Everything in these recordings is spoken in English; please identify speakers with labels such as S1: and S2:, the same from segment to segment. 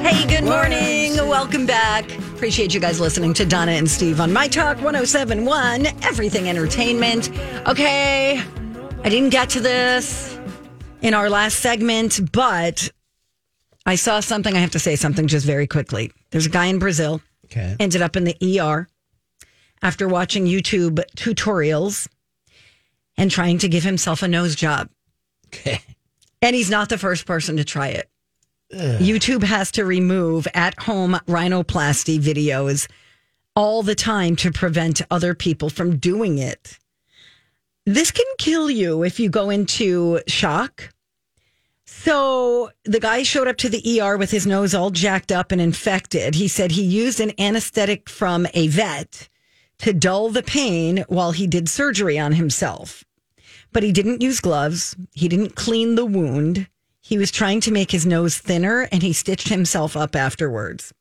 S1: Hey, good morning. Welcome back. Appreciate you guys listening to Donna and Steve on My Talk 1071, Everything Entertainment. Okay, I didn't get to this in our last segment, but I saw something. I have to say something just very quickly. There's a guy in Brazil,
S2: Okay.
S1: ended up in the ER after watching YouTube tutorials and trying to give himself a nose job.
S2: Okay.
S1: And he's not the first person to try it. YouTube has to remove at home rhinoplasty videos all the time to prevent other people from doing it. This can kill you if you go into shock. So the guy showed up to the ER with his nose all jacked up and infected. He said he used an anesthetic from a vet to dull the pain while he did surgery on himself but he didn't use gloves. He didn't clean the wound. He was trying to make his nose thinner and he stitched himself up afterwards.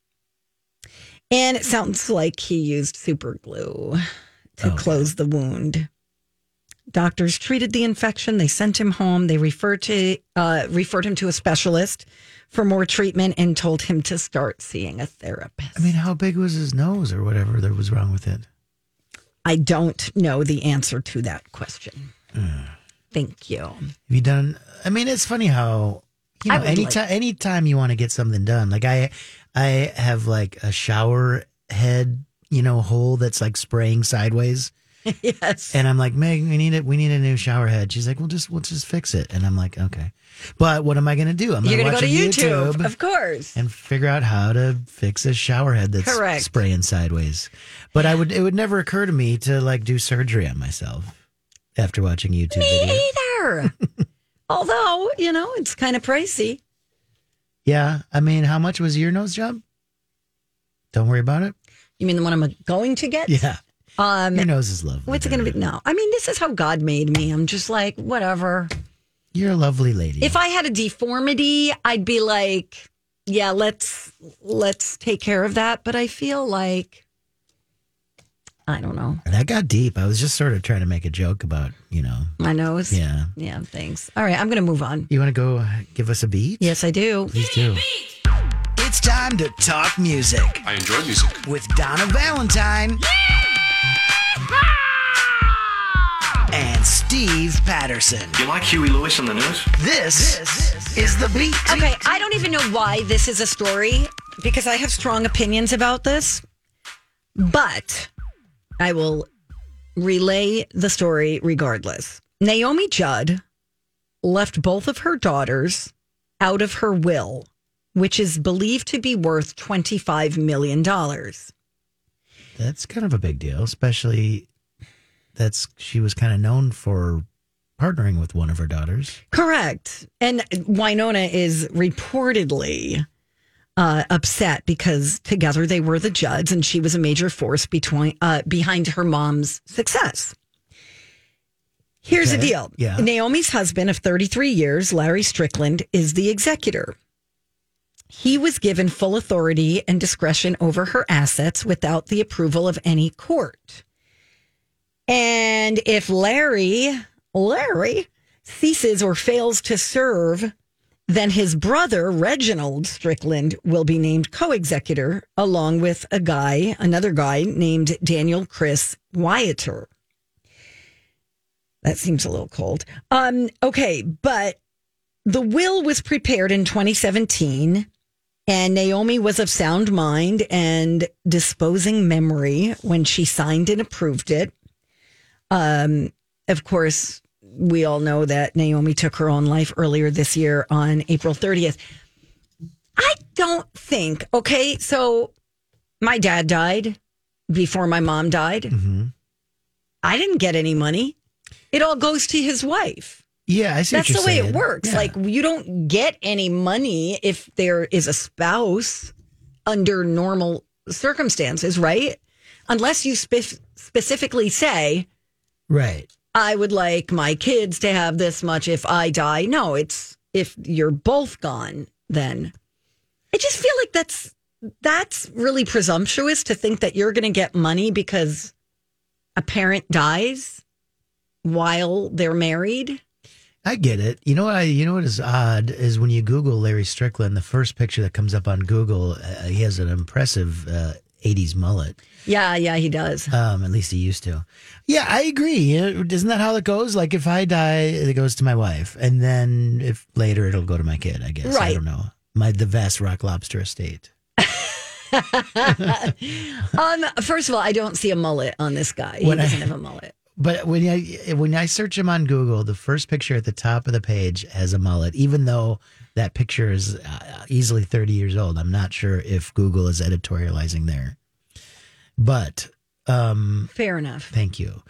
S1: And it sounds like he used super glue to close the wound. Doctors treated the infection. They sent him home. They referred to uh, referred him to a specialist for more treatment and told him to start seeing a therapist.
S2: I mean, how big was his nose or whatever that was wrong with it?
S1: I don't know the answer to that question. Thank you.
S2: Have you done? I mean, it's funny how you
S1: I
S2: know
S1: would
S2: anytime
S1: like-
S2: anytime you want to get something done. Like I, I have like a shower head, you know, hole that's like spraying sideways,
S1: yes.
S2: and I'm like, Meg, we need it. We need a new shower head. She's like, well, just we'll just fix it, and I'm like, okay, but what am I gonna do? I'm
S1: You're
S2: gonna,
S1: going to go
S2: watch
S1: to
S2: a
S1: YouTube, of course.
S2: and figure out how to fix a shower head that's
S1: Correct.
S2: spraying sideways. But I would it would never occur to me to like do surgery on myself after watching YouTube videos.
S1: Either. Although, you know, it's kind of pricey.
S2: Yeah, I mean, how much was your nose job? Don't worry about it.
S1: You mean the one I'm going to get?
S2: Yeah,
S1: Um,
S2: your nose is lovely.
S1: what's it going to
S2: baby.
S1: be? No. I mean, this is how God made me. I'm just like, whatever.
S2: You're a lovely lady.
S1: If I had a deformity, I'd be like, yeah, let's let's take care of that, but I feel like I don't know.
S2: that got deep. I was just sort of trying to make a joke about you know.
S1: My nose.
S2: Yeah,
S1: Yeah, thanks. All right, I'm going to move on.
S2: you want to go give us a beat?
S1: Yes, I do.
S2: please do. It's time to talk music
S3: I enjoy music.
S2: with Donna Valentine and Steve Patterson.
S4: You like Huey Lewis on the news?
S2: This, is the beat.
S1: Okay, I don't even know why this is a story because I have strong opinions about this, but I will relay the story regardless. Naomi Judd left both of her daughters out of her will, which is believed to be worth $25 million.
S2: That's kind of a big deal, especially that's she was kind of known for partnering with one of her daughters.
S1: Correct. And Winona is reportedly uh, upset because together they were the Judds, and she was a major force between uh, behind her mom's success. Here's the
S2: Okay.
S1: deal.
S2: Yeah.
S1: Naomi's husband of 33 years, Larry Strickland, is the executor. He was given full authority and discretion over her assets without the approval of any court. And if Larry, Larry ceases or fails to serve, then his brother, Reginald Strickland, will be named co executor along with a guy, another guy named Daniel Chris Wyatter. That seems a little cold. Um, okay, but the will was prepared in 2017 and Naomi was of sound mind and disposing memory when she signed and approved it. Um, of course, we all know that Naomi took her own life earlier this year on April 30th. I don't think, okay, so my dad died before my mom died.
S2: Mm-hmm.
S1: I didn't get any money. It all goes to his wife.
S2: Yeah, I see.
S1: That's
S2: what
S1: the
S2: you're
S1: way
S2: saying.
S1: it works.
S2: Yeah.
S1: Like you don't get any money if there is a spouse under normal circumstances, right? Unless you spef- specifically say,
S2: right.
S1: "I would like my kids to have this much if I die." No, it's if you're both gone. Then I just feel like that's that's really presumptuous to think that you're going to get money because a parent dies while they're married.
S2: I get it. You know what? I, you know what is odd is when you Google Larry Strickland, the first picture that comes up on Google, uh, he has an impressive uh, '80s mullet.
S1: Yeah, yeah, he does.
S2: Um, at least he used to. Yeah, I agree. You know, Isn't that how it goes? Like if I die, it goes to my wife, and then if later it'll go to my kid. I guess I
S1: Right.
S2: don't know. My the vast rock lobster estate.
S1: Um, first of all, I don't see a mullet on this guy. He
S2: When I-
S1: doesn't have a mullet.
S2: But when I when I search him on Google, the first picture at the top of the page has a mullet, even though that picture is uh, easily thirty years old. I'm not sure if Google is editorializing there, but um,
S1: Fair enough.
S2: thank you.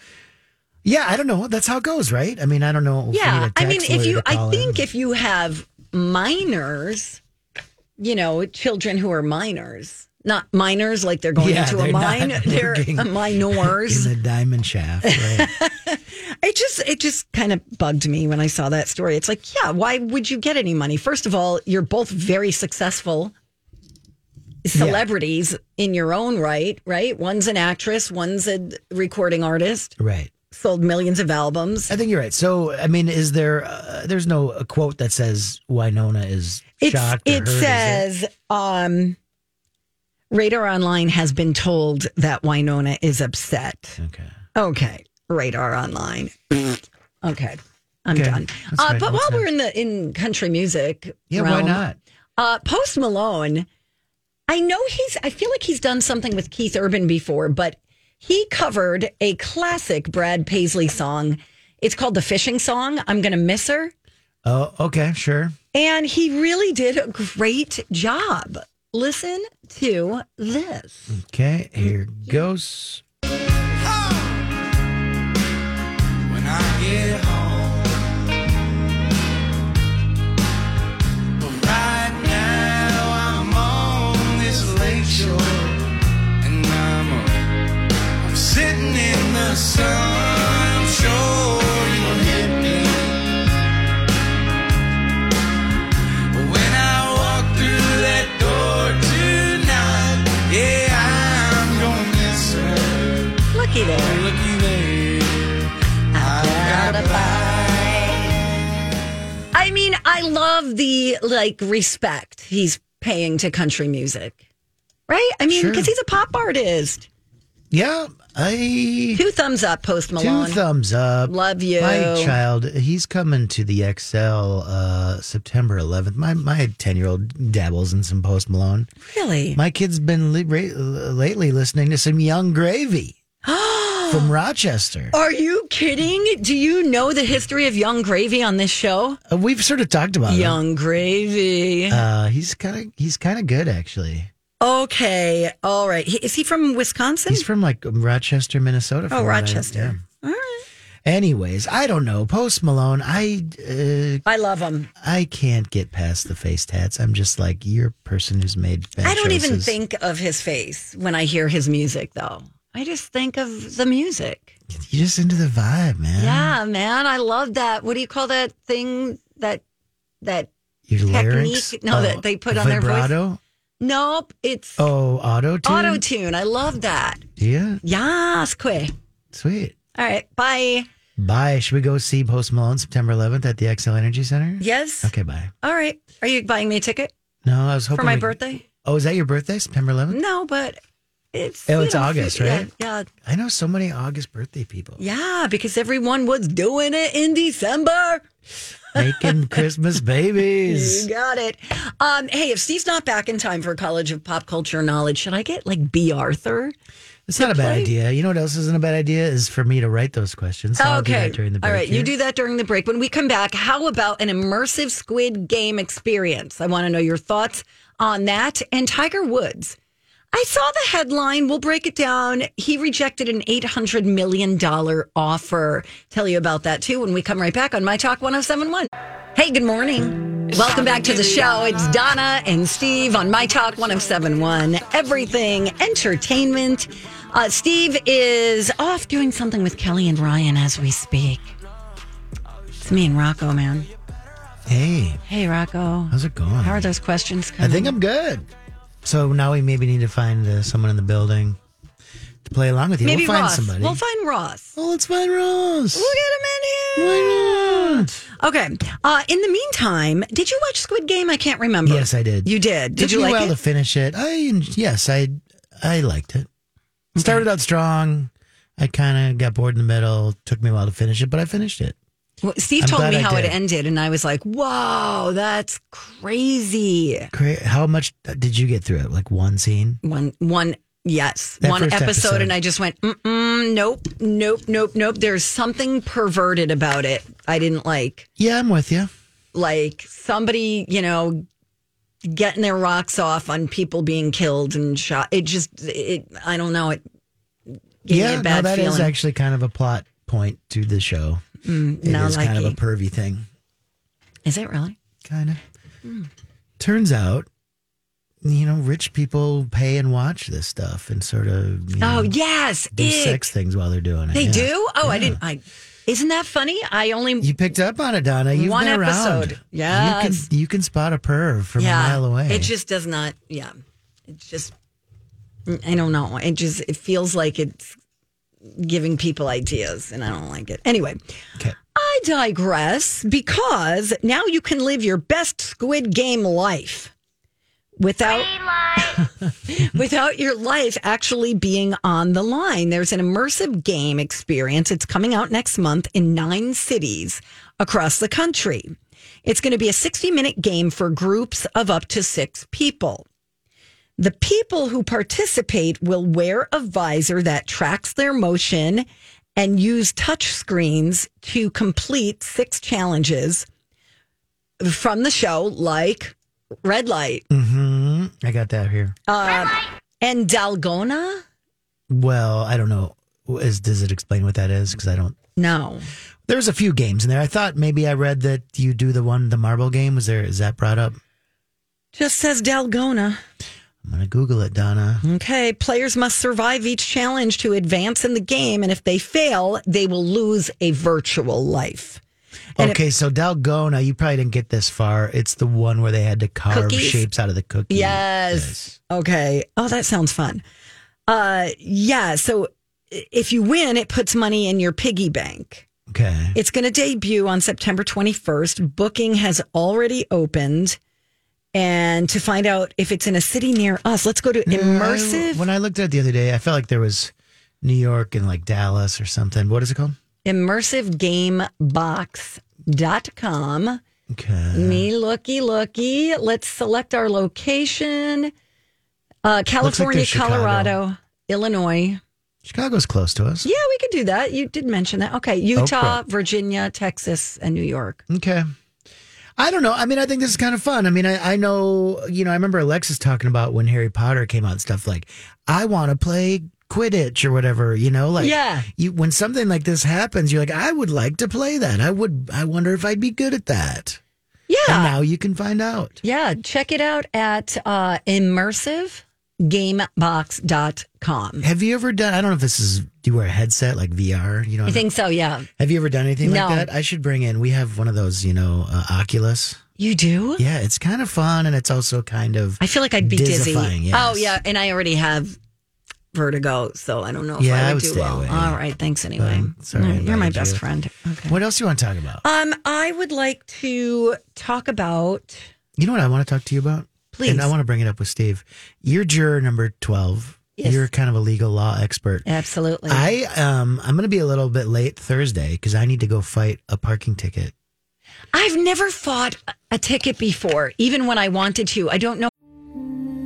S2: Yeah, I don't know. That's how it goes, right? I mean, I don't know. if we need
S1: Yeah,
S2: a
S1: I mean,
S2: tax
S1: if
S2: lawyer
S1: you,
S2: to
S1: I
S2: call
S1: think
S2: in.
S1: if you have minors, you know, children who are minors, not minors like they're going
S2: Yeah,
S1: into a
S2: they're not
S1: mine, they're
S2: working
S1: a minors.
S2: in the diamond shaft, right?
S1: It just it just kind of bugged me when I saw that story. It's like, yeah, why would you get any money? First of all, you're both very successful celebrities in your own right, right? One's an actress, one's a recording artist,
S2: right.
S1: sold millions of albums.
S2: I think you're right. So, I mean, is there? Uh, there's no a quote that says Winona is
S1: It's,
S2: shocked. Or hurt,
S1: it
S2: is there?
S1: says um Radar Online has been told that Winona is upset.
S2: okay.
S1: Okay, radar online. okay, I'm
S2: Okay,
S1: done.
S2: that's
S1: Uh,
S2: fine.
S1: but
S2: What's
S1: while we're
S2: next?
S1: in the in country music,
S2: Yeah, why
S1: realm,
S2: not?
S1: Uh, Post Malone, I know he's. I feel like he's done something with Keith Urban before, but he covered a classic Brad Paisley song. It's called the fishing song. I'm gonna miss her,
S2: Oh, okay, sure.
S1: and he really did a great job. Listen to this.
S2: Okay, here goes.
S5: When I get home, but right now I'm on this lake shore, and I'm, uh, I'm sitting in the sun. I'm sure you'll hit me. But when I walk through that door tonight, yeah, I'm gonna miss her.
S1: Looky there.
S5: Looky there.
S1: I mean, I love the like respect he's paying to country music, right? I mean,
S2: Sure.
S1: because he's a pop artist.
S2: Yeah, I
S1: Two thumbs up, Post Malone.
S2: two thumbs up.
S1: Love you.
S2: my child. He's coming to the XL uh, September 11th. My my 10 year old dabbles in some Post Malone.
S1: Really?
S2: My kid's been li- ra- lately listening to some Young Gravy from Rochester.
S1: Are you kidding? Do you know the history of Young Gravy on this show?
S2: Uh, we've sort of talked about him.
S1: Young Gravy.
S2: Uh, he's kind of he's kind of good actually.
S1: okay. All right. He- Is he from Wisconsin?
S2: Uh-huh. He's from like Rochester, Minnesota. from
S1: oh,
S2: what I-
S1: Rochester.
S2: yeah.
S1: All right.
S2: Anyways, I don't know. Post Malone, I uh,
S1: I love him.
S2: I can't get past the face tats. I'm just like you're a person who's made. Bad
S1: I don't even
S2: choices.
S1: think of his face when I hear his music, though. I just think of the music.
S2: you're just into the vibe, man.
S1: Yeah, man, I love that. What do you call that thing that that
S2: your lyrics.
S1: technique- no, that they put on their voice.
S2: vibrato.
S1: nope, it's
S2: Oh, auto tune.
S1: auto tune. I love that.
S2: Yeah,
S1: Yes, quit.
S2: sweet.
S1: All right, bye.
S2: Bye. Should we go see Post Malone September 11th at the XL Energy Center?
S1: Yes.
S2: Okay, bye.
S1: All right. Are you buying me a ticket
S2: No, I was hoping
S1: for my
S2: we-
S1: birthday?
S2: Oh, is that your birthday, September 11th?
S1: No, but It's
S2: Oh,
S1: you
S2: it's August,
S1: yeah,
S2: right?
S1: Yeah,
S2: I know so many August birthday people
S1: Mm-hmm. yeah, because everyone was doing it in December.
S2: making Christmas babies.
S1: You got it. Um, hey, if Steve's not back in time for College of Pop Culture Knowledge, should I get like B. Arthur?
S2: It's not a bad idea. You know what else isn't a bad idea is for me to write those questions. So I'll do that during the break
S1: Oh, All right, you
S2: here.
S1: do that during the break. When we come back, how about an immersive Squid Game experience? I want to know your thoughts on that. And Tiger Woods. I saw the headline. We'll break it down. He rejected an $800 million offer. Tell you about that too when we come right back on My Talk 1071. Hey, good morning. Welcome back to the show. It's Donna and Steve on My Talk 1071. Everything entertainment. Uh, Steve is off doing something with Kelly and Ryan as we speak. It's me and Rocco, man.
S2: Hey,
S1: Hey, Rocco.
S2: how's it going?
S1: How are those questions
S2: I
S1: coming?
S2: think I'm good. So now we maybe need to find uh, someone in the building to play along with you.
S1: Maybe
S2: we'll find
S1: Ross.
S2: somebody.
S1: We'll find Ross.
S2: well, let's find Ross.
S1: We'll get him in here.
S2: Why not?
S1: Okay. Uh, in the meantime, did you watch Squid Game? I can't remember.
S2: Yes, I did.
S1: You did. Did
S2: Took
S1: you
S2: me
S1: like
S2: a while
S1: it?
S2: to finish it? I yes, I I liked it. Started out strong. I kind of got bored in the middle. Took me a while to finish it, but I finished it.
S1: Well, Steve
S2: I'm
S1: told
S2: glad
S1: me
S2: I
S1: how it
S2: did.
S1: ended, and I was like, "Whoa, that's crazy."
S2: Cra- How much uh, did you get through it? Like one scene?
S1: One, one, yes,
S2: That
S1: one
S2: first
S1: episode,
S2: episode.
S1: and I just went, Mm-mm, "Nope, nope, nope, nope." There's something perverted about it. I didn't like,
S2: Yeah, I'm with you.
S1: like somebody, you know, getting their rocks off on people being killed and shot. It just, it, I don't know. It gave me
S2: yeah,
S1: a bad
S2: no, that is
S1: feeling. Mm,
S2: actually kind of a plot point to the show. It is
S1: not
S2: kind of a
S1: likey.
S2: pervy thing.
S1: is it really?
S2: Kind of.
S1: Mm.
S2: Turns out, you know, rich people pay and watch this stuff and sort of you
S1: Oh
S2: know,
S1: yes,
S2: do
S1: ick.
S2: sex things while they're doing it.
S1: They
S2: yeah.
S1: do. Oh, I
S2: Yeah.
S1: didn't. I. Isn't that funny? I only
S2: You picked up on it, Donna. You've
S1: One
S2: been
S1: episode.
S2: around.
S1: Yes.
S2: You can, you can spot a perv from a mile away.
S1: It just does not. Yeah, it just. I don't know. It just it feels like it's giving people ideas, and I don't like it. Anyway,
S2: okay.
S1: I digress because now you can live your best Squid Game life without without your life actually being on the line. There's an immersive game experience. It's coming out next month in nine cities across the country. It's going to be a 60 minute game for groups of up to six people. The people who participate will wear a visor that tracks their motion and use touch screens to complete six challenges from the show, like red light
S2: hmm I got that here.
S1: and Dalgona.
S2: Well, I don't know. Is, does it explain what that is? Because I don't.
S1: No,
S2: There's a few games in there. I thought maybe I read that you do the one, the marble game. Was there? Is that brought up?
S1: just says Dalgona.
S2: I'm gonna Google it, Donna.
S1: Okay, players must survive each challenge to advance in the game, and if they fail, they will lose a virtual life. And it-
S2: okay, so Dalgona, you probably didn't get this far. It's the one where they had to carve
S1: Cookies?
S2: shapes out of the cookie.
S1: Yes. Okay. Oh, that sounds fun. Uh, yeah. So i- if you win, it puts money in your piggy bank.
S2: Okay.
S1: It's going to debut on September 21st. Booking has already opened. And to find out if it's in a city near us, let's go to immersive
S2: I- when I looked at it the other day, I felt like there was New York and like Dallas or something. What is it called?
S1: immersivegamebox.com.
S2: Okay.
S1: Me looky looky. Let's select our location. Uh, California,
S2: there's Chicago.
S1: Colorado, Illinois.
S2: Chicago's close to us.
S1: Yeah, we could do that. You did mention that. Okay, Utah,
S2: Okay.
S1: Virginia, Texas, and New York.
S2: Okay. I don't know. I mean, I think this is kind of fun. I mean, I, I know, you know, I remember Alexis talking about when Harry Potter came out and stuff like, I want to play Quidditch or whatever, you know, like
S1: Yeah.
S2: you, when something like this happens, you're like, I would like to play that. I would, I wonder if I'd be good at that.
S1: Yeah,
S2: And now you can find out.
S1: yeah. Check it out at uh, immersivegamebox.com.
S2: Have you ever done, I don't know if this is, do you wear a headset like VR? You know,
S1: I think so. Yeah,
S2: have you ever done anything
S1: No.
S2: like that? I should bring in, we have one of those, you know, uh, Oculus.
S1: you do.
S2: Yeah, it's kind of fun and it's also kind of.
S1: I feel like I'd be dizzy.
S2: Dizzifying, yes.
S1: Oh yeah, and I already have vertigo, so I don't know if
S2: Yeah,
S1: I would,
S2: I would
S1: do
S2: stay
S1: well.
S2: away.
S1: All right, thanks anyway.
S2: Um, sorry
S1: All right,
S2: I
S1: you're my
S2: invited
S1: best
S2: you.
S1: friend. Okay.
S2: What else do you want to talk about?
S1: Um, I would like to talk about.
S2: You know what I want to talk to you about?
S1: Please.
S2: And I want to bring it up with Steve. Your juror number 12
S1: Yes.
S2: You're kind of a legal law expert.
S1: Absolutely.
S2: I um I'm going to be a little bit late Thursday because I need to go fight a parking ticket.
S1: I've never fought a ticket before, even when I wanted to. I don't know.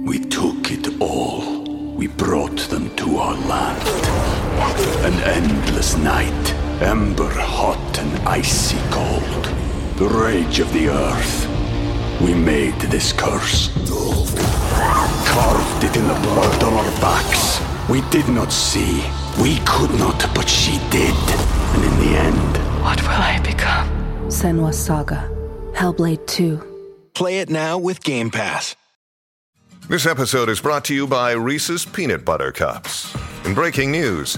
S3: We took it all. We brought them to our land. An endless night, ember hot and icy cold. The rage of the earth. We made this curse. Carved it in the blood on our backs. We did not see. We could not, but she did. And in the end,
S4: What will I become?
S6: Senwa Saga. Hellblade 2.
S7: Play it now with Game Pass.
S8: This episode is brought to you by Reese's Peanut Butter Cups. In breaking news,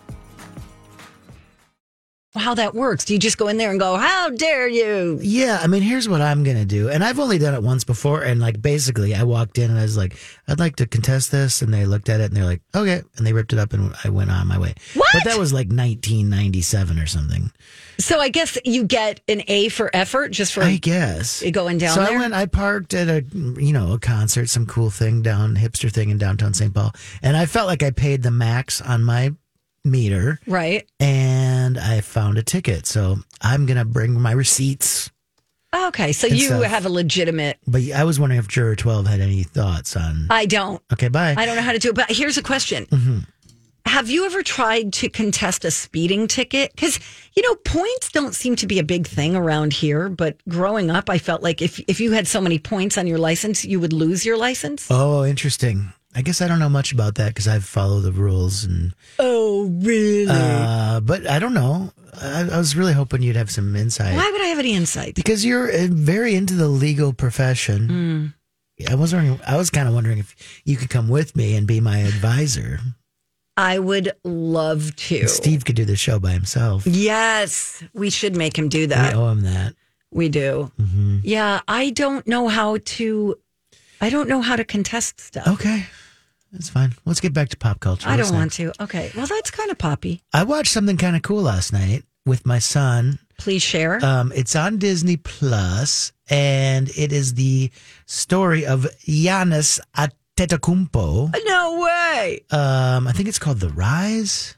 S1: how that works. Do you just go in there and go, How dare you?
S2: Yeah, I mean, here's what I'm going to do. And I've only done it once before and like basically I walked in and I was like, I'd like to contest this and they looked at it and they're like, "Okay." And they ripped it up and I went on my way.
S1: What?
S2: But that was like 1997 or something.
S1: So I guess you get an A for effort just for
S2: I guess
S1: you going down
S2: So
S1: there?
S2: I went. I parked at a you know a concert, some cool thing down hipster thing in downtown St. Paul, and I felt like I paid the max on my meter,
S1: right.
S2: and I found a ticket. So I'm gonna bring my receipts.
S1: Okay. So
S2: And
S1: you
S2: stuff.
S1: have a legitimate
S2: But I was wondering if Juror Twelve had any thoughts on.
S1: I don't.
S2: Okay, bye.
S1: I don't know how to do it. But here's a question. Have you ever tried to contest a speeding ticket? Because, you know, points don't seem to be a big thing around here. But growing up, I felt like if, if you had so many points on your license, you would lose your license.
S2: oh, interesting. I guess I don't know much about that because I follow the rules and.
S1: Oh, really?
S2: Uh, but I don't know. I, I was really hoping you'd have some insight.
S1: Why would I have any insight?
S2: because you're uh, very into the legal profession.
S1: Hmm.
S2: I was wondering, I was kind of wondering if you could come with me and be my advisor.
S1: I would love to.
S2: Steve could do the show by himself.
S1: Yes, we should make him do that.
S2: we owe him that.
S1: We do. Yeah, I don't know how to. I don't know how to contest stuff.
S2: Okay, that's fine. Let's get back to pop culture.
S1: I
S2: What's
S1: don't want
S2: next?
S1: to. Okay. Well, that's kind of poppy.
S2: I watched something kind of cool last night with my son.
S1: Please share.
S2: Um, it's on Disney Plus, and it is the story of Giannis Antetokounmpo.
S1: no way.
S2: um i think it's called the rise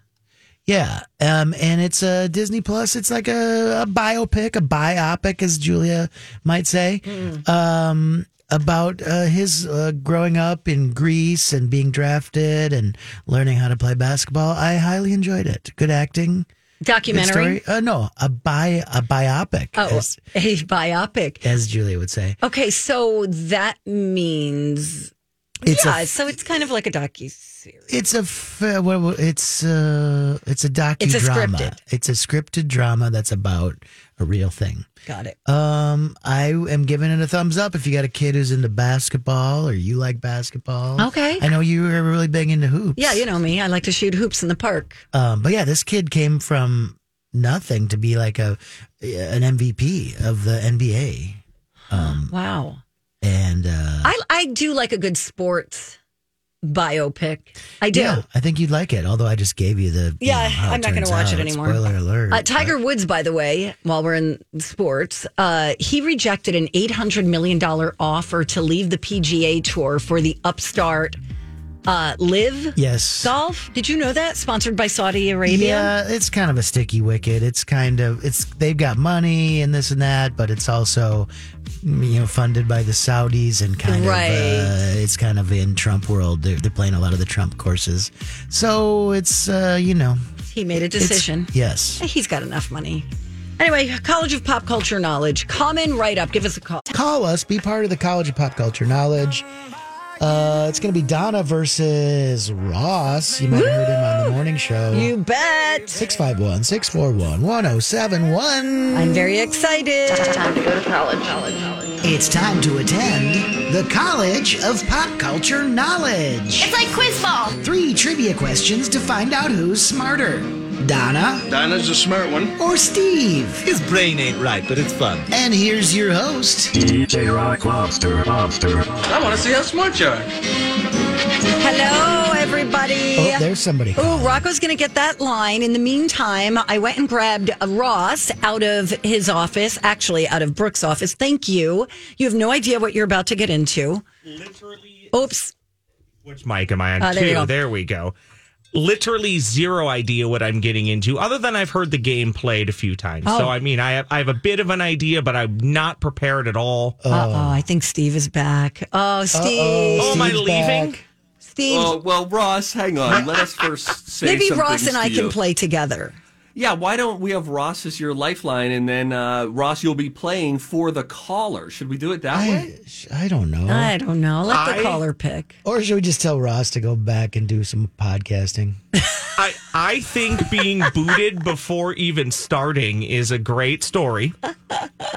S2: yeah um and it's a disney plus it's like a, a biopic a biopic as julia might say um about uh, his uh, growing up in greece and being drafted and learning how to play basketball i highly enjoyed it good acting good
S1: Documentary.
S2: story uh, no a bi a biopic
S1: Oh,
S2: as,
S1: a biopic.
S2: as julia would say
S1: Okay, so that means
S2: It's a
S1: yeah. so it's kind of like a docu series.
S2: It's a f- uh, what- what- it's uh it's a docudrama.
S1: scripted.
S2: It's a scripted drama that's about a real thing.
S1: Got it.
S2: Um, I am giving it a thumbs up if you got a kid who's into basketball or you like basketball.
S1: Okay.
S2: I know you were really big into hoops.
S1: Yeah, you know me. I like to shoot hoops in the park.
S2: Um, but yeah, this kid came from nothing to be like a an MVP of the NBA,
S1: Wow.
S2: and uh,
S1: I I do like a good sports biopic. I do.
S2: yeah, I think you'd like it. Although I just gave you the you
S1: Yeah,
S2: know, how
S1: I'm not
S2: going
S1: gonna
S2: to
S1: watch it anymore.
S2: Spoiler alert!
S1: Uh, Tiger Woods, by the way, while we're in sports, uh, he rejected an $800 million offer to leave the PGA Tour for the upstart uh, Live
S2: Yes.
S1: Golf. Did you know that? Sponsored by Saudi Arabia.
S2: Yeah, it's kind of a sticky wicket. It's kind of it's they've got money and this and that, but it's also mm, you know funded by the Saudis and kind
S1: Right.
S2: of uh, it's kind of in Trump world. They're, they're playing a lot of the Trump courses, so it's uh, you know
S1: He made a
S2: it's-
S1: decision.
S2: Yes,
S1: He's got enough money. Anyway, College of Pop Culture Knowledge. Comment right up. Give us a call.
S2: call us. Be part of the College of Pop Culture Knowledge. Uh, it's going to be Donna versus Ross. You might have heard him on the morning show.
S1: You bet.
S2: 651 641 1071.
S1: I'm very excited.
S4: Time to go to college. college, college.
S2: It's time to attend the College of Pop Culture Knowledge.
S4: It's like quiz ball.
S2: Three trivia questions to find out who's smarter. Donna,
S9: Dinah's a smart one.
S2: or Steve.
S10: His brain ain't right, but it's fun.
S2: And here's your host.
S11: DJ Rock Lobster, Lobster.
S9: I want to see how smart you are.
S1: Hello, everybody.
S2: Oh, there's somebody.
S1: Ooh, Rocco's going to get that line. In the meantime, I went and grabbed uh, Ross out of his office, actually out of Brooke's office. Thank you. You have no idea what you're about to get into. Literally. Oops.
S10: Which mic am I on?
S1: Uh, there
S10: Two.
S1: you go.
S10: There we go. Literally zero idea what I'm getting into, other than I've heard the game played a few times.
S1: Oh.
S10: So I mean, I have I have a bit of an idea, but I'm not prepared at all.
S1: Uh oh, I think Steve is back. Oh, Steve.
S10: oh, am I leaving?
S1: Steve.
S12: Oh, well, Ross, hang on. Let us first say
S1: Maybe
S12: some
S1: Ross
S12: things
S1: and I
S12: to
S1: can
S12: you.
S1: play together.
S12: Yeah, why don't we have Ross as your lifeline, and then uh, Ross, you'll be playing for the caller. Should we do it that way?
S2: I, I don't know.
S1: I don't know. Let the
S10: I-
S1: caller pick.
S2: Or should we just tell Ross to go back and do some podcasting?
S10: I I think being booted before even starting is a great story,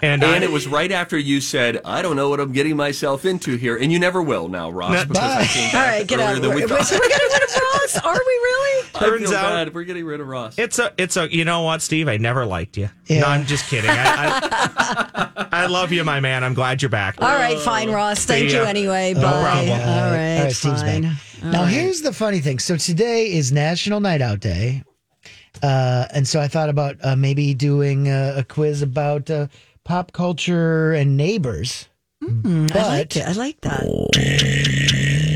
S10: and, I,
S12: And it was right after you said, "I don't know what I'm getting myself into here," and you never will now, Ross,
S10: No,
S12: because I
S2: bye.
S12: came
S1: All
S12: back
S1: right, get
S12: earlier
S1: out.
S12: than
S1: We're,
S12: we
S1: we're
S12: thought.
S1: gonna get rid of Ross. Are we really?
S12: I feel
S10: Turns out-
S12: bad. we're getting rid of Ross.
S10: It's a, it's a, you know what, Steve? I never liked you.
S2: Yeah.
S10: No, I'm just kidding. I, I, I love you, my man. I'm glad you're back.
S1: All right, fine, Ross. Thank
S10: See
S1: you
S10: ya.
S1: anyway.
S10: No
S1: Bye.
S10: problem.
S1: All right,
S2: Steve's back.
S1: fine.
S2: now, here's the funny thing. So today is National Night Out Day, uh, and so I thought about uh, maybe doing a, a quiz about uh, pop culture and neighbors.
S1: Hmm, I
S2: but
S1: like it. I like that.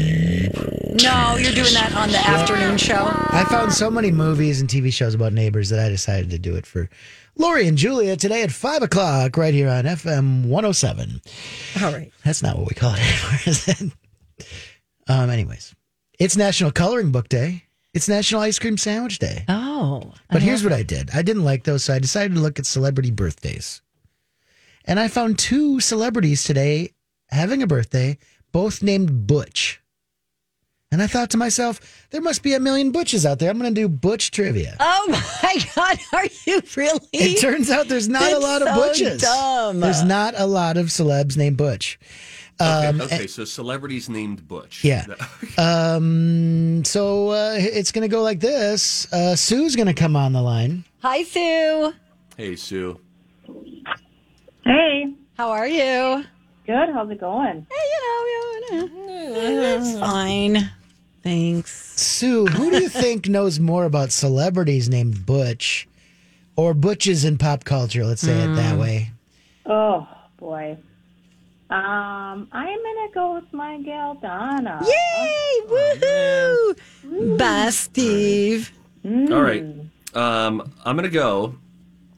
S1: No, you're doing that on the afternoon show.
S2: I found so many movies and TV shows about neighbors that I decided to do it for Lori and Julia today at five o'clock, right here on FM 107.
S1: All right.
S2: That's not what we call it anymore, is it? Um, anyways, it's National Coloring Book Day. It's National Ice Cream Sandwich Day.
S1: Oh,
S2: But here's what I did. I didn't like those, so I decided to look at celebrity birthdays. And I found two celebrities today having a birthday, both named Butch. And I thought to myself, there must be a million Butches out there. I'm going to do Butch trivia.
S1: oh my God, are you really?
S2: It turns out there's not a
S1: That's
S2: lot of
S1: so
S2: Butches.
S1: dumb.
S2: There's not a lot of celebs named Butch. Um,
S12: okay, okay, so celebrities named Butch.
S2: Yeah. um, so uh, it's going to go like this uh, Sue's going to come on the line.
S1: Hi, Sue.
S12: hey, Sue.
S13: Hey,
S1: How are you?
S13: good. How's it going?
S1: Hey, you know, you know, it's fine. Thanks.
S2: Sue, who do you think knows more about celebrities named Butch or Butches in pop culture? Let's say it that way.
S13: Oh boy. Um, I'm gonna go with my gal Donna.
S1: Yay! Woohoo! Bye, Steve.
S12: All right, um, I'm gonna go.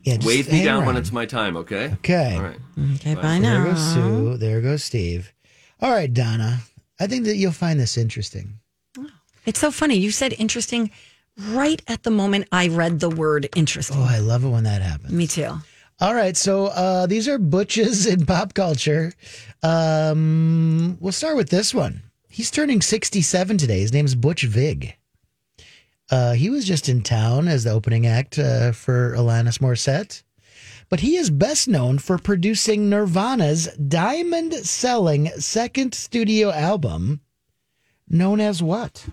S2: Yeah, just
S12: Wave me
S2: hang
S12: down when
S2: around.
S12: it's my time. Okay.
S2: Okay.
S12: All right.
S1: Okay, bye
S2: There
S1: now.
S2: goes Sue. There goes Steve. All right, Donna. I think that you'll find this interesting.
S1: It's so funny. You said interesting right at the moment I read the word interesting.
S2: Oh, I love it when that happens.
S1: Me too.
S2: All right, so uh, these are butches in pop culture. Um, we'll start with this one. He's turning 67 today. His name's Butch Vig. Uh, he was just in town as the opening act uh, for Alanis Morissette, but he is best known for producing Nirvana's diamond selling second studio album, known as what?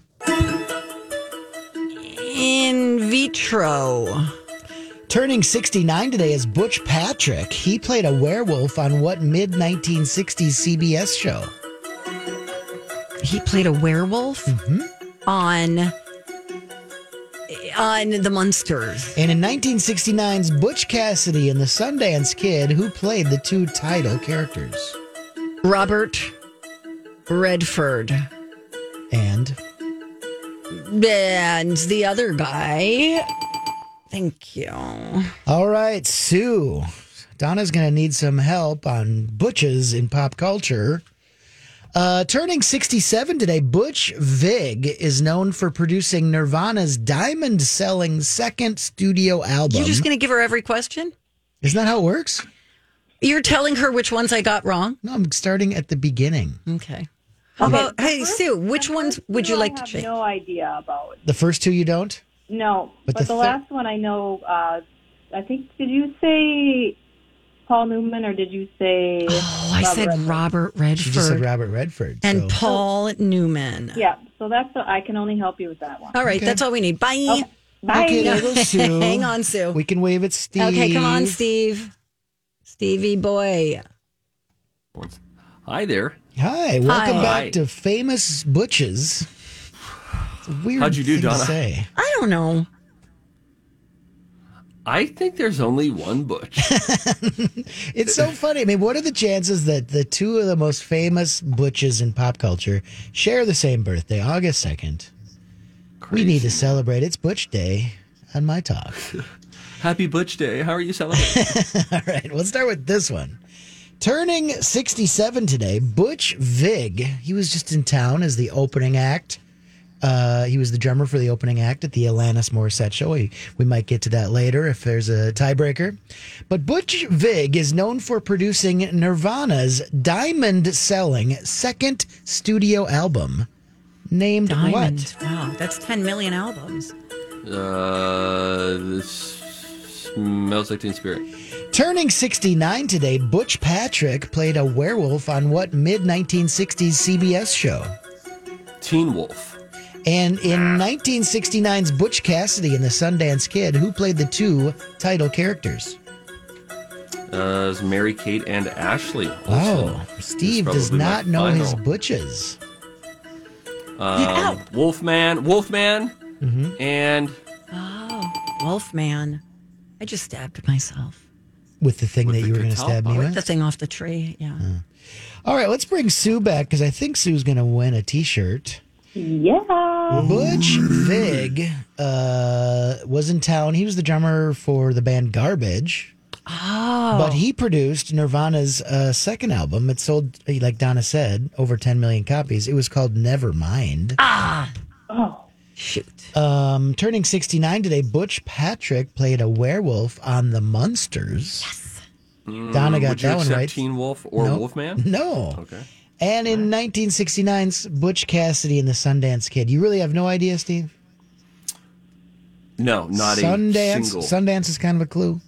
S1: In vitro.
S2: Turning 69 today is Butch Patrick. He played a werewolf on what mid 1960s CBS show?
S1: He played a werewolf on on the monsters.
S2: And in 1969's Butch Cassidy and the Sundance Kid, who played the two title characters.
S1: Robert Redford
S2: And
S1: and the other guy. Thank you.
S2: all right, Sue. Donna's going to need some help on butches in pop culture. Uh, turning 67 today, Butch Vig is known for producing Nirvana's diamond selling second studio album.
S1: You're just going to give her every question?
S2: Isn't that how it works?
S1: You're telling her which ones I got wrong?
S2: No, I'm starting at the beginning.
S1: Okay. How about, hey, Sue, which ones would you
S13: I
S1: like to
S13: have
S1: change?
S13: No idea about.
S2: The first two you don't?
S13: No,
S2: But
S13: but,
S2: the
S13: the,
S2: thir-
S13: last one I know. Uh, I think did you say Paul Newman or did you say?
S1: Oh, I said
S13: Robert?
S1: Robert Redford
S2: She just said Robert Redford.
S1: and
S2: so-
S1: Paul Newman.
S13: Yeah, so that's the, I can only help you with that one.
S1: All right,
S2: Okay.
S1: that's all we need. Bye.
S13: Okay. Bye.
S2: Okay, there goes Sue.
S1: Hang on, Sue.
S2: We can wave at Steve.
S1: Okay, come on, Steve. Stevie boy.
S12: Hi there.
S13: Oh,
S2: Hi, welcome
S1: Hi.
S2: back
S12: Hi.
S2: to Famous Butches. It's a weird
S12: How'd you do,
S2: thing to
S12: Donna?
S2: say.
S1: I don't know.
S12: I think there's only one Butch.
S2: It's so funny. I mean, what are the chances that the two of the most famous butches in pop culture share the same birthday, August 2nd? We need to celebrate. It's Butch Day on my talk.
S12: Happy Butch Day. How are you celebrating?
S2: All right, we'll start with this one. Turning 67 today, Butch Vig. He was just in town as the opening act. Uh, he was the drummer for the opening act at the Alanis Morissette show. We, we might get to that later if there's a tiebreaker. But Butch Vig is known for producing Nirvana's diamond selling second studio album named
S1: Diamond. Wow, that's 10 million albums.
S12: uh, this smells like Teen Spirit.
S2: what? Turning 69 today, Butch Patrick played a werewolf on what mid 1960s CBS show?
S12: Teen Wolf.
S2: And in 1969's Butch Cassidy and the Sundance Kid, who played the two title characters?
S12: Uh, it's Mary Kate and Ashley. Olsen.
S2: Oh,
S12: This is
S2: Steve does
S12: probably my
S2: not know his
S12: final.
S2: butches.
S12: Um, Wolfman, Wolfman,
S2: Mm-hmm.
S12: and
S1: Oh, Wolfman. I just stabbed myself.
S2: With the thing that you were going to
S12: guitar
S2: stab me
S12: part?
S2: with?
S1: The thing off the tree. Yeah.
S2: Hmm. All right, let's bring Sue back because I think Sue's going to win a t shirt.
S13: Yeah.
S2: Butch Vig uh, was in town. He was the drummer for the band Garbage.
S1: Oh.
S2: But he produced Nirvana's uh, second album. It sold, like Donna said, over 10 million copies. It was called Nevermind.
S1: ah,
S13: Oh.
S1: shoot.
S2: Um, turning 69 today, Butch Patrick played a werewolf on The Munsters.
S12: Mm,
S2: Donna got
S12: would you
S2: that one
S12: accept
S2: right.
S12: Teen Wolf or
S2: No.
S12: Wolfman?
S2: No.
S12: Okay.
S2: And in 1969's Butch Cassidy and the Sundance Kid. You really have no idea, Steve?
S12: No, not a
S2: Sundance.
S12: single.
S2: Sundance is kind of a clue.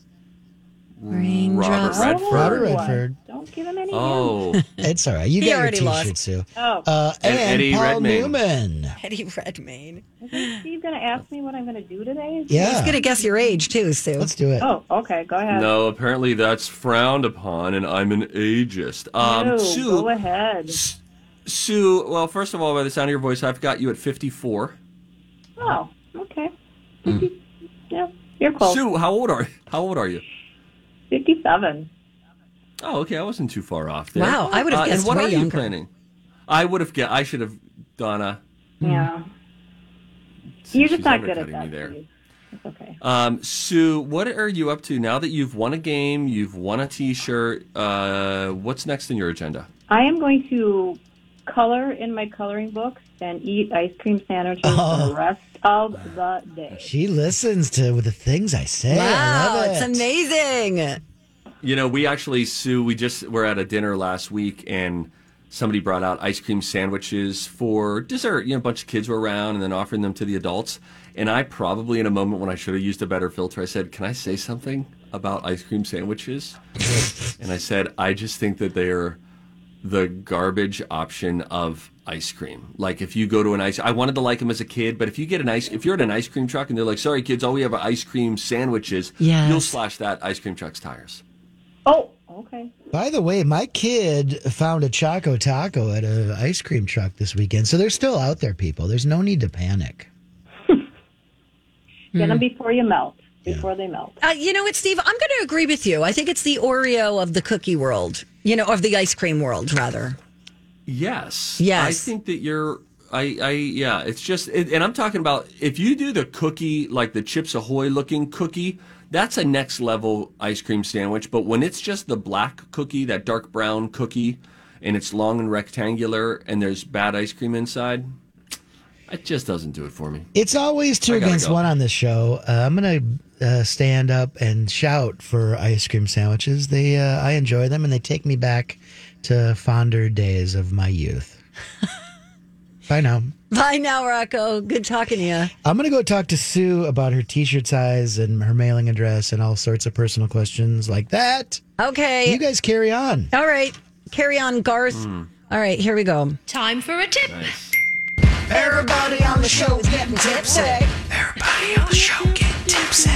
S12: Robert Redford.
S2: Robert Redford.
S13: Don't give him any.
S12: Oh,
S2: It's all right. You
S1: He
S2: got your
S1: already lost.
S2: t-shirt, Sue.
S13: Oh.
S2: Uh, and
S12: And E-, Eddie
S2: Paul
S12: Redmayne.
S2: Newman.
S1: Eddie Redmayne.
S13: Is Steve going to ask me what I'm going to do today?
S2: Yeah.
S1: He's going to guess your age, too, Sue.
S2: Let's do it.
S13: Oh, okay. Go ahead.
S12: no, apparently that's frowned upon, and I'm an ageist. Um,
S13: No,
S12: Sue,
S13: go ahead.
S12: Sue, well, first of all, by the sound of your voice, I've got you at 54.
S13: Oh, okay. Yeah, you're
S1: Oh.
S13: close.
S12: Hmm. Sue, how old are how old are you?
S13: 57.
S12: Oh, okay, I wasn't too far off there. Uh,
S1: Wow, I would have
S12: and
S1: guessed
S12: what
S1: way
S12: are you
S1: younger.
S12: planning? I would have guessed. I uh, should have, Donna.
S13: Yeah. You're
S12: Hmm.
S13: just
S12: she's
S13: not good at
S12: undercutting
S13: that.
S12: me there.
S13: Steve. It's okay.
S12: Um, Sue, what are you up to now that you've won a game? You've won a T-shirt. Uh, what's next in your agenda?
S13: I am going to color in my coloring books and eat ice cream sandwiches for
S2: Oh.
S13: the rest of the day.
S2: She listens to the things I say. I
S1: Wow,
S2: love it.
S1: it's amazing.
S12: You know, we actually, Sue, we just were at a dinner last week and somebody brought out ice cream sandwiches for dessert. You know, a bunch of kids were around and then offering them to the adults. And I probably, in a moment when I should have used a better filter, I said, Can I say something about ice cream sandwiches? and I said, I just think that they are the garbage option of ice cream. Like if you go to an ice, I wanted to like them as a kid, but if you get an ice, if you're at an ice cream truck and they're like, "Sorry, kids, all we have are ice cream sandwiches,"
S1: Yes.
S12: you'll slash that ice cream truck's tires.
S13: Oh, okay.
S2: By the way, my kid found a Choco Taco at an ice cream truck this weekend. So they're still out there, people. There's no need to panic.
S13: Get them before you melt, before they melt.
S1: Uh, you know what, Steve? I'm going to agree with you. I think it's the Oreo of the cookie world, you know, of the ice cream world, rather.
S12: Yes.
S1: Yes.
S12: I think that you're. I, I yeah, it's just, it, and I'm talking about if you do the cookie, like the Chips Ahoy looking cookie, that's a next level ice cream sandwich. But when it's just the black cookie, that dark brown cookie, and it's long and rectangular, and there's bad ice cream inside, it just doesn't do it for me.
S2: It's always two
S12: I gotta
S2: against
S12: go.
S2: one on this show. Uh, I'm going to uh, stand up and shout for ice cream sandwiches. They, uh, I enjoy them, and they take me back to fonder days of my youth. Bye now.
S1: Bye now, Rocco. Good talking to you.
S2: I'm going to go talk to Sue about her T-shirt size and her mailing address and all sorts of personal questions like that.
S1: Okay.
S2: You guys carry on.
S1: All right. Carry on, Garth. All right. Here we go.
S14: Time for a tip. Everybody on the show getting tipsy. Everybody on the show getting tipsy.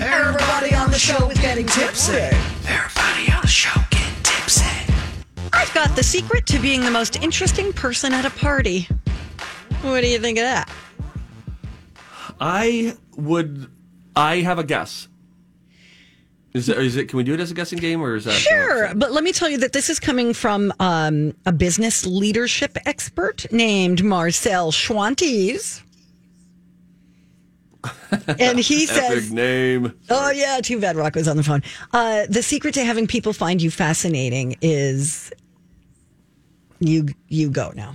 S14: Everybody on the show is getting tipsy. Everybody on the show getting tipsy.
S1: I've got the secret to being the most interesting person at a party. What do you think of that?
S12: I would. I have a guess. Is it, is it? Can we do it as a guessing game, or is that
S1: Sure, but let me tell you that this is coming from um, a business leadership expert named Marcel Schwantes. And he
S12: Epic
S1: says,
S12: name.
S1: Oh yeah, too bad Rock was on the phone. Uh, the secret to having people find you fascinating is you you go now.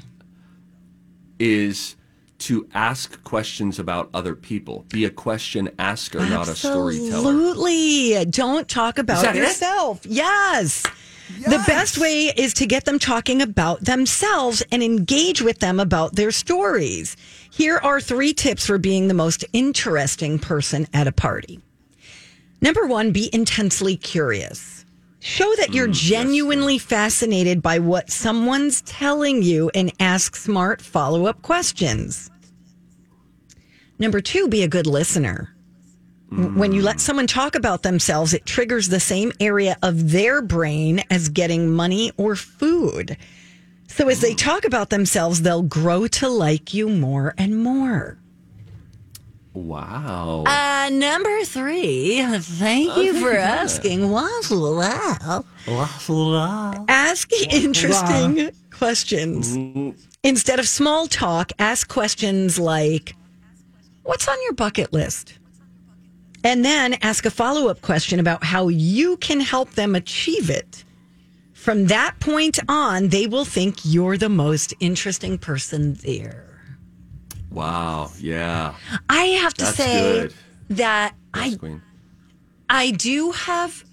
S12: is to ask questions about other people. Be a question asker, not a storyteller.
S1: Absolutely. Don't talk about
S12: that it?
S1: yourself. Yes. The best way is to get them talking about themselves and engage with them about their stories. Here are three tips for being the most interesting person at a party. Number one, be intensely curious. Show that
S12: Mm,
S1: you're genuinely fascinated by what someone's telling you and ask smart follow up questions. Number two, be a good listener. When you let someone talk about themselves, it triggers the same area of their brain as getting money or food. So as they talk about themselves, they'll grow to like you more and more.
S12: Wow.
S1: Uh, number three, thank you for asking. What's love? Ask interesting questions. Instead of small talk, ask questions like, What's on your bucket list? And then ask a follow up question about how you can help them achieve it. From that point on, they will think you're the most interesting person there.
S12: Wow. Yeah.
S14: I have to
S12: That's
S14: say
S12: good.
S14: that
S12: Yes,
S14: I
S12: Queen.
S14: I do have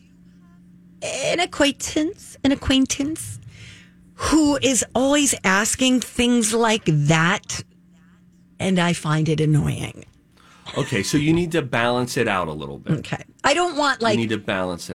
S1: an acquaintance, an acquaintance who is always asking things like that. And I find it annoying.
S12: Okay, so you need to balance it out a little bit.
S1: Okay. I don't want like
S12: you need to balance it.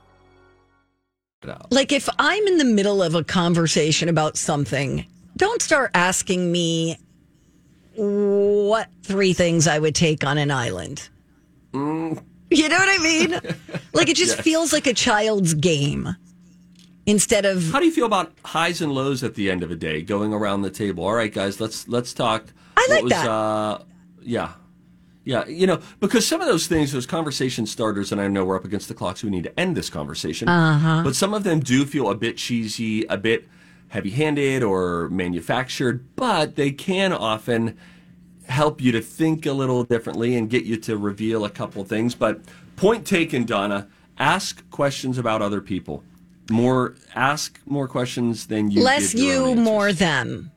S1: Like if I'm in the middle of a conversation about something, don't start asking me what three things I would take on an island. You know what I mean? like it just
S12: Mm. Yes.
S1: feels like a child's game instead of
S12: How do you feel about highs and lows at the end of a day, going around the table? All right, guys, let's let's talk. I
S1: like
S12: was,
S1: that.
S12: Uh, yeah, yeah. You know, because some of those things, those conversation starters, and I know we're up against the clock, so we need to end this conversation.
S15: Uh-huh.
S12: But some of them do feel a bit cheesy, a bit heavy-handed or manufactured, but they can often help you to think a little differently and get you to reveal a couple things. But point taken, Donna. Ask questions about other people. More ask more questions than you.
S1: less
S12: give your own
S1: you, more them.
S12: answer.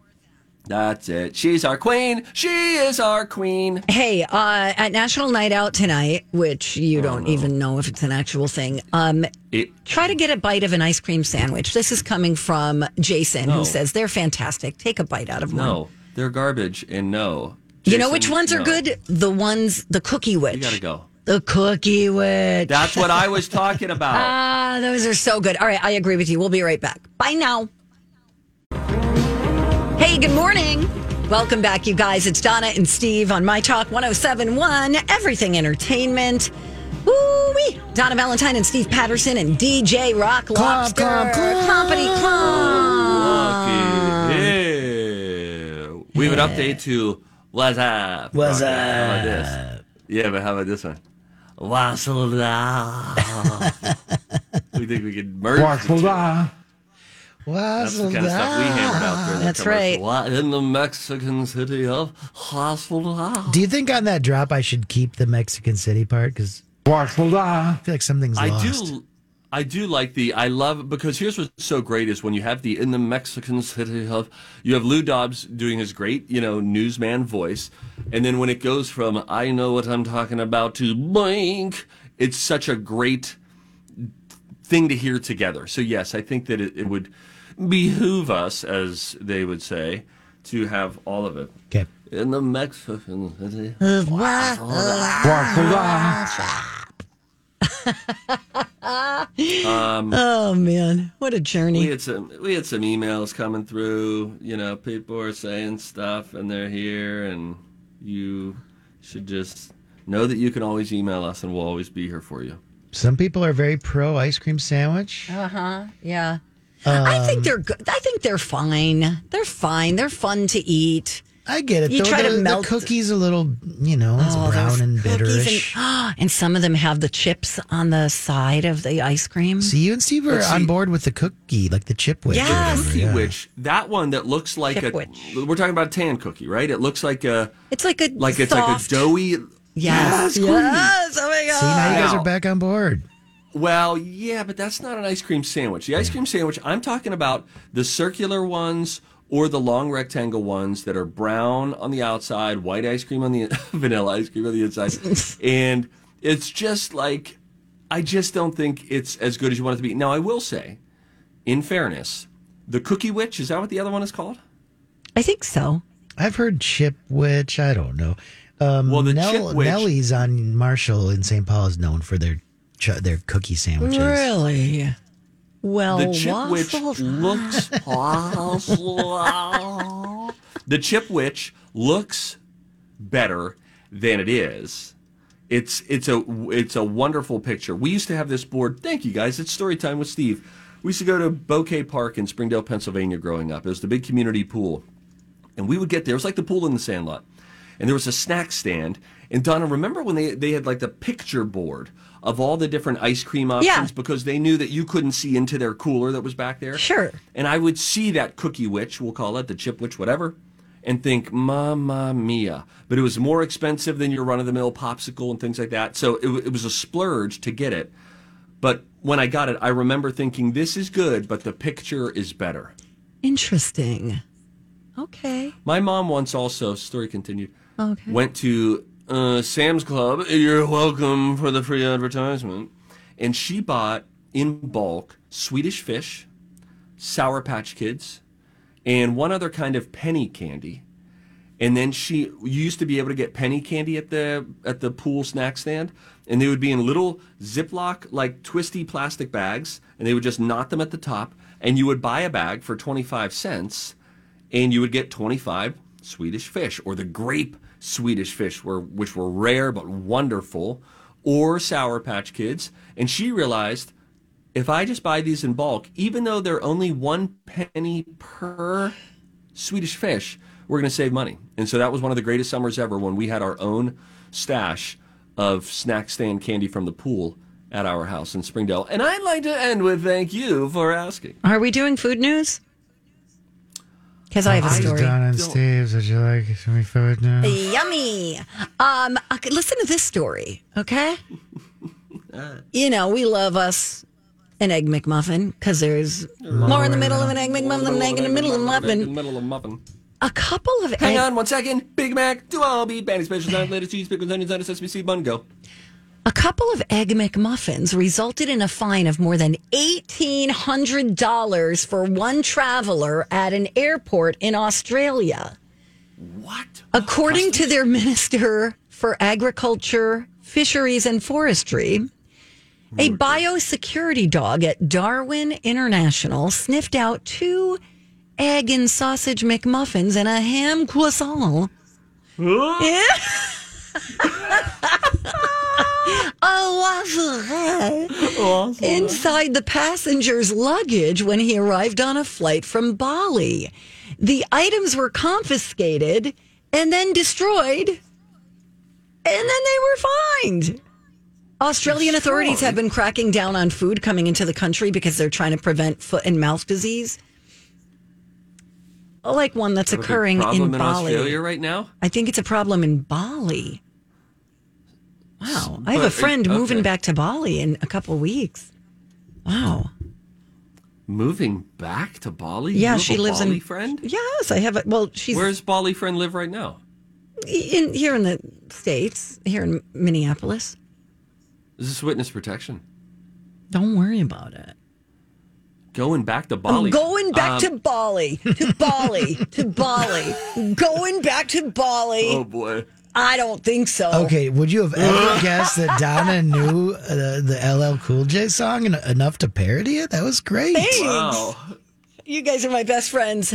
S12: That's it. She's our queen. She is our queen.
S1: Hey, uh, at National Night Out tonight, which you don't even know if it's an actual thing, um,
S12: Oh, It-
S1: try to get a bite of an ice cream sandwich. This is coming from Jason,
S12: No.
S1: who says they're fantastic. Take a bite out of one.
S12: No, they're garbage, and no.
S1: you know
S12: Jason,
S1: which ones are
S12: no.
S1: good? The ones, the cookie witch.
S12: You gotta go.
S1: The cookie witch.
S12: That's what I was talking about.
S1: Ah, those are so good. All right, I agree with you. We'll be right back. Bye now. Hey, good morning. Welcome back, you guys. It's Donna and Steve on My Talk 1071, Everything Entertainment. Woo-wee. Donna Valentine and Steve Patterson and DJ Rock Lobster. Company Club.
S12: Lucky you. We have an update to what's up.
S2: What's
S12: Okay, How about this? Yeah, but how about this one? What's up? we think we could merge. the two. That's the kind of stuff we hammered out during the
S2: That's
S12: commercial.
S2: right.
S12: What in the Mexican city of Hospital?
S2: Do you think on that drop I should keep the Mexican City part? Because I feel like something's
S12: I
S2: lost.
S12: do. I do like the I love because here's what's so great is when you have the in the Mexican city of you have Lou Dobbs doing his great you know newsman voice, and then when it goes from I know what I'm talking about to blank, it's such a great thing to hear together. So yes, I think that it, it would behoove us, as they would say, to have all of it.
S2: Okay.
S12: In the Mexican city. Um,
S1: oh man, what a
S12: We
S1: journey!
S12: had some we had some emails coming through. You know, people are saying stuff, and they're here, and you should just know that you can always email us, and we'll always be here for you.
S2: Some people are very pro ice cream sandwich.
S1: Uh huh. Yeah. I think they're good. I think they're fine. They're fine. They're fun to eat.
S2: I get it.
S1: You
S2: though.
S1: try
S2: the,
S1: to
S2: the
S1: melt
S2: cookies a little, you know, it's
S1: Oh, those
S2: brown and
S1: cookies
S2: bitterish.
S1: And, and some of them have the chips on the side of the ice cream.
S2: See, you and Steve are
S12: But see-
S2: on board with the cookie, like the chip witch. or
S1: Yes.
S2: whatever,
S12: Cookie
S2: yeah.
S12: witch, that one that looks like a we're talking about a tan cookie, right? It looks like a
S1: It's like a
S12: like it's
S1: soft-
S12: like a doughy.
S1: Yes. Yes.
S12: Queen.
S1: Oh my
S2: See, now you
S1: god.
S2: guys
S12: Now-
S2: are back on board.
S12: Well, yeah, but that's not an ice cream sandwich. The ice cream sandwich, I'm talking about the circular ones or the long rectangle ones that are brown on the outside, white ice cream on the vanilla ice cream on the inside. and it's just like I just don't think it's as good as you want it to be. Now, I will say, in fairness, the cookie witch, is that what the other one is called?
S1: I think so.
S2: I've heard chip witch. I don't know. Um,
S12: Well, the
S2: Nell-
S12: Chip Witch-
S2: Nellie's on Marshall in St. Paul is known for their ch- their cookie sandwiches.
S1: Really? Well,
S12: the chip
S1: waffles.
S12: witch looks the chip witch looks better than it is. It's it's a it's a wonderful picture. We used to have this board. Thank you guys. It's story time with Steve. We used to go to Bouquet Park in Springdale, Pennsylvania, growing up. It was the big community pool, and we would get there. It was like the pool in the Sandlot, and there was a snack stand. And Donna, remember when they they had like the picture board of all the different ice cream options
S1: Yeah.
S12: because they knew that you couldn't see into their cooler that was back there.
S1: Sure.
S12: And I would see that cookie witch, we'll call it the chip witch, whatever, and think, "Mamma mia!" But it was more expensive than your run-of-the-mill popsicle and things like that. So it, wa- it was a splurge to get it. But when I got it, I remember thinking, "This is good, but the picture is better."
S1: Interesting. Okay.
S12: My mom once also, story continued,
S1: Okay.
S12: went to uh, Sam's Club. You're welcome for the free advertisement. And she bought in bulk Swedish fish, Sour Patch Kids, and one other kind of penny candy. And then she you used to be able to get penny candy at the at the pool snack stand, and they would be in little Ziploc like twisty plastic bags, and they would just knot them at the top, and you would buy a bag for twenty five cents, and you would get 25 Swedish fish or the grape Swedish fish were which were rare but wonderful or sour patch kids and she realized if I just buy these in bulk even though they're only 1 penny per Swedish fish we're going to save money and so that was one of the greatest summers ever when we had our own stash of snack stand candy from the pool at our house in Springdale and I'd like to end with thank you for asking
S1: Are we doing food news? Because I have a story.
S2: and Steve's. Would you like some food now?
S1: Yummy. Um, okay, listen to this story, okay? you know, we love us an egg McMuffin because there's more in the middle of an egg McMuffin than an egg in the middle of a muffin.
S12: middle of a muffin
S1: A couple of
S12: Hang
S1: egg-
S12: on one second. Big Mac, do all beef, patty special, nine lettuce, cheese, pickles, onions, lettuce, sesame seed bun. Go.
S1: A couple of Egg McMuffins resulted in a fine of more than $1,800 for one traveler at an airport in Australia.
S12: What?
S1: According to their Minister for Agriculture, Fisheries and Forestry, a biosecurity dog at Darwin International sniffed out two egg and sausage McMuffins and a ham croissant. Yeah. Oh, waffle. Inside the passenger's luggage when he arrived on a flight from Bali. The items were confiscated and then destroyed, and then they were fined. Australian authorities have been cracking down on food coming into the country because they're trying to prevent foot and mouth disease, like one that's
S12: Have a big
S1: occurring
S12: problem
S1: in Bali.
S12: Australia right now.
S1: I think it's a problem in Bali. Wow. I have a
S12: But-
S1: friend moving
S12: okay.
S1: back to Bali in a couple weeks. Wow.
S12: Moving back to Bali? You
S1: Yeah,
S12: have
S1: she
S12: a
S1: lives
S12: Bali
S1: in
S12: friend.
S1: Yes, I have. A, well, she's
S12: Where's Bali friend live right now?
S1: in here in the states, here in Minneapolis.
S12: This is witness protection.
S1: Don't worry about it.
S12: Going back to Bali.
S14: I'm going back
S12: Um,
S14: to Bali, to Bali, to Bali. Going back to Bali.
S12: Oh boy.
S14: I don't think so.
S2: Okay, would you have ever guessed that Donna knew uh, the LL Cool J song en- enough to parody it? That was great.
S14: Thanks. You guys are my best friends.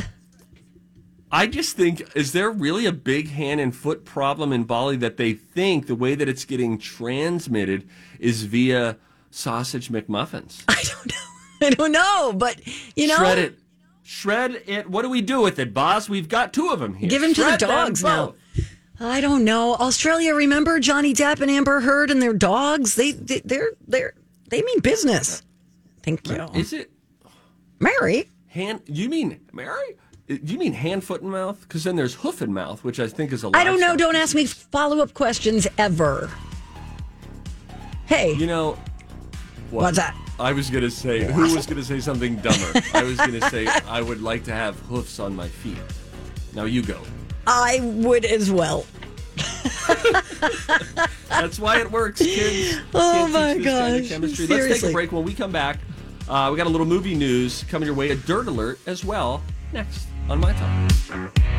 S12: I just think is there really a big hand and foot problem in Bali that they think the way that it's getting transmitted is via sausage McMuffins?
S1: I don't know, but you know,
S12: Shred it. Shred it. What do we do with it, boss? We've got two of them here.
S1: Give 'em to the
S12: Shred them
S1: dogs now.
S12: both.
S1: I don't know. Australia, remember Johnny Depp and Amber Heard and their dogs? They, they they're they're they mean business. Thank you,
S12: Is it
S1: Mary.
S12: hand? You mean Mary? You mean hand, foot, and mouth? Because then there's hoof and mouth, which I think is a.
S1: I don't know.
S12: livestock.
S1: Don't ask me follow up questions ever. Hey,
S12: You know. What?
S1: What's that?
S12: I was gonna say. Who was gonna say something dumber? I was gonna say I would like to have hoofs on my feet. Now you go.
S1: I would as well.
S12: That's why it works, kids.
S1: Oh
S12: Can't
S1: my
S12: teach this kind of
S1: gosh.
S12: chemistry. Let's take
S1: Seriously.
S12: a break. When we come back, uh, we got a little movie news coming your way. A dirt alert as well next on my top.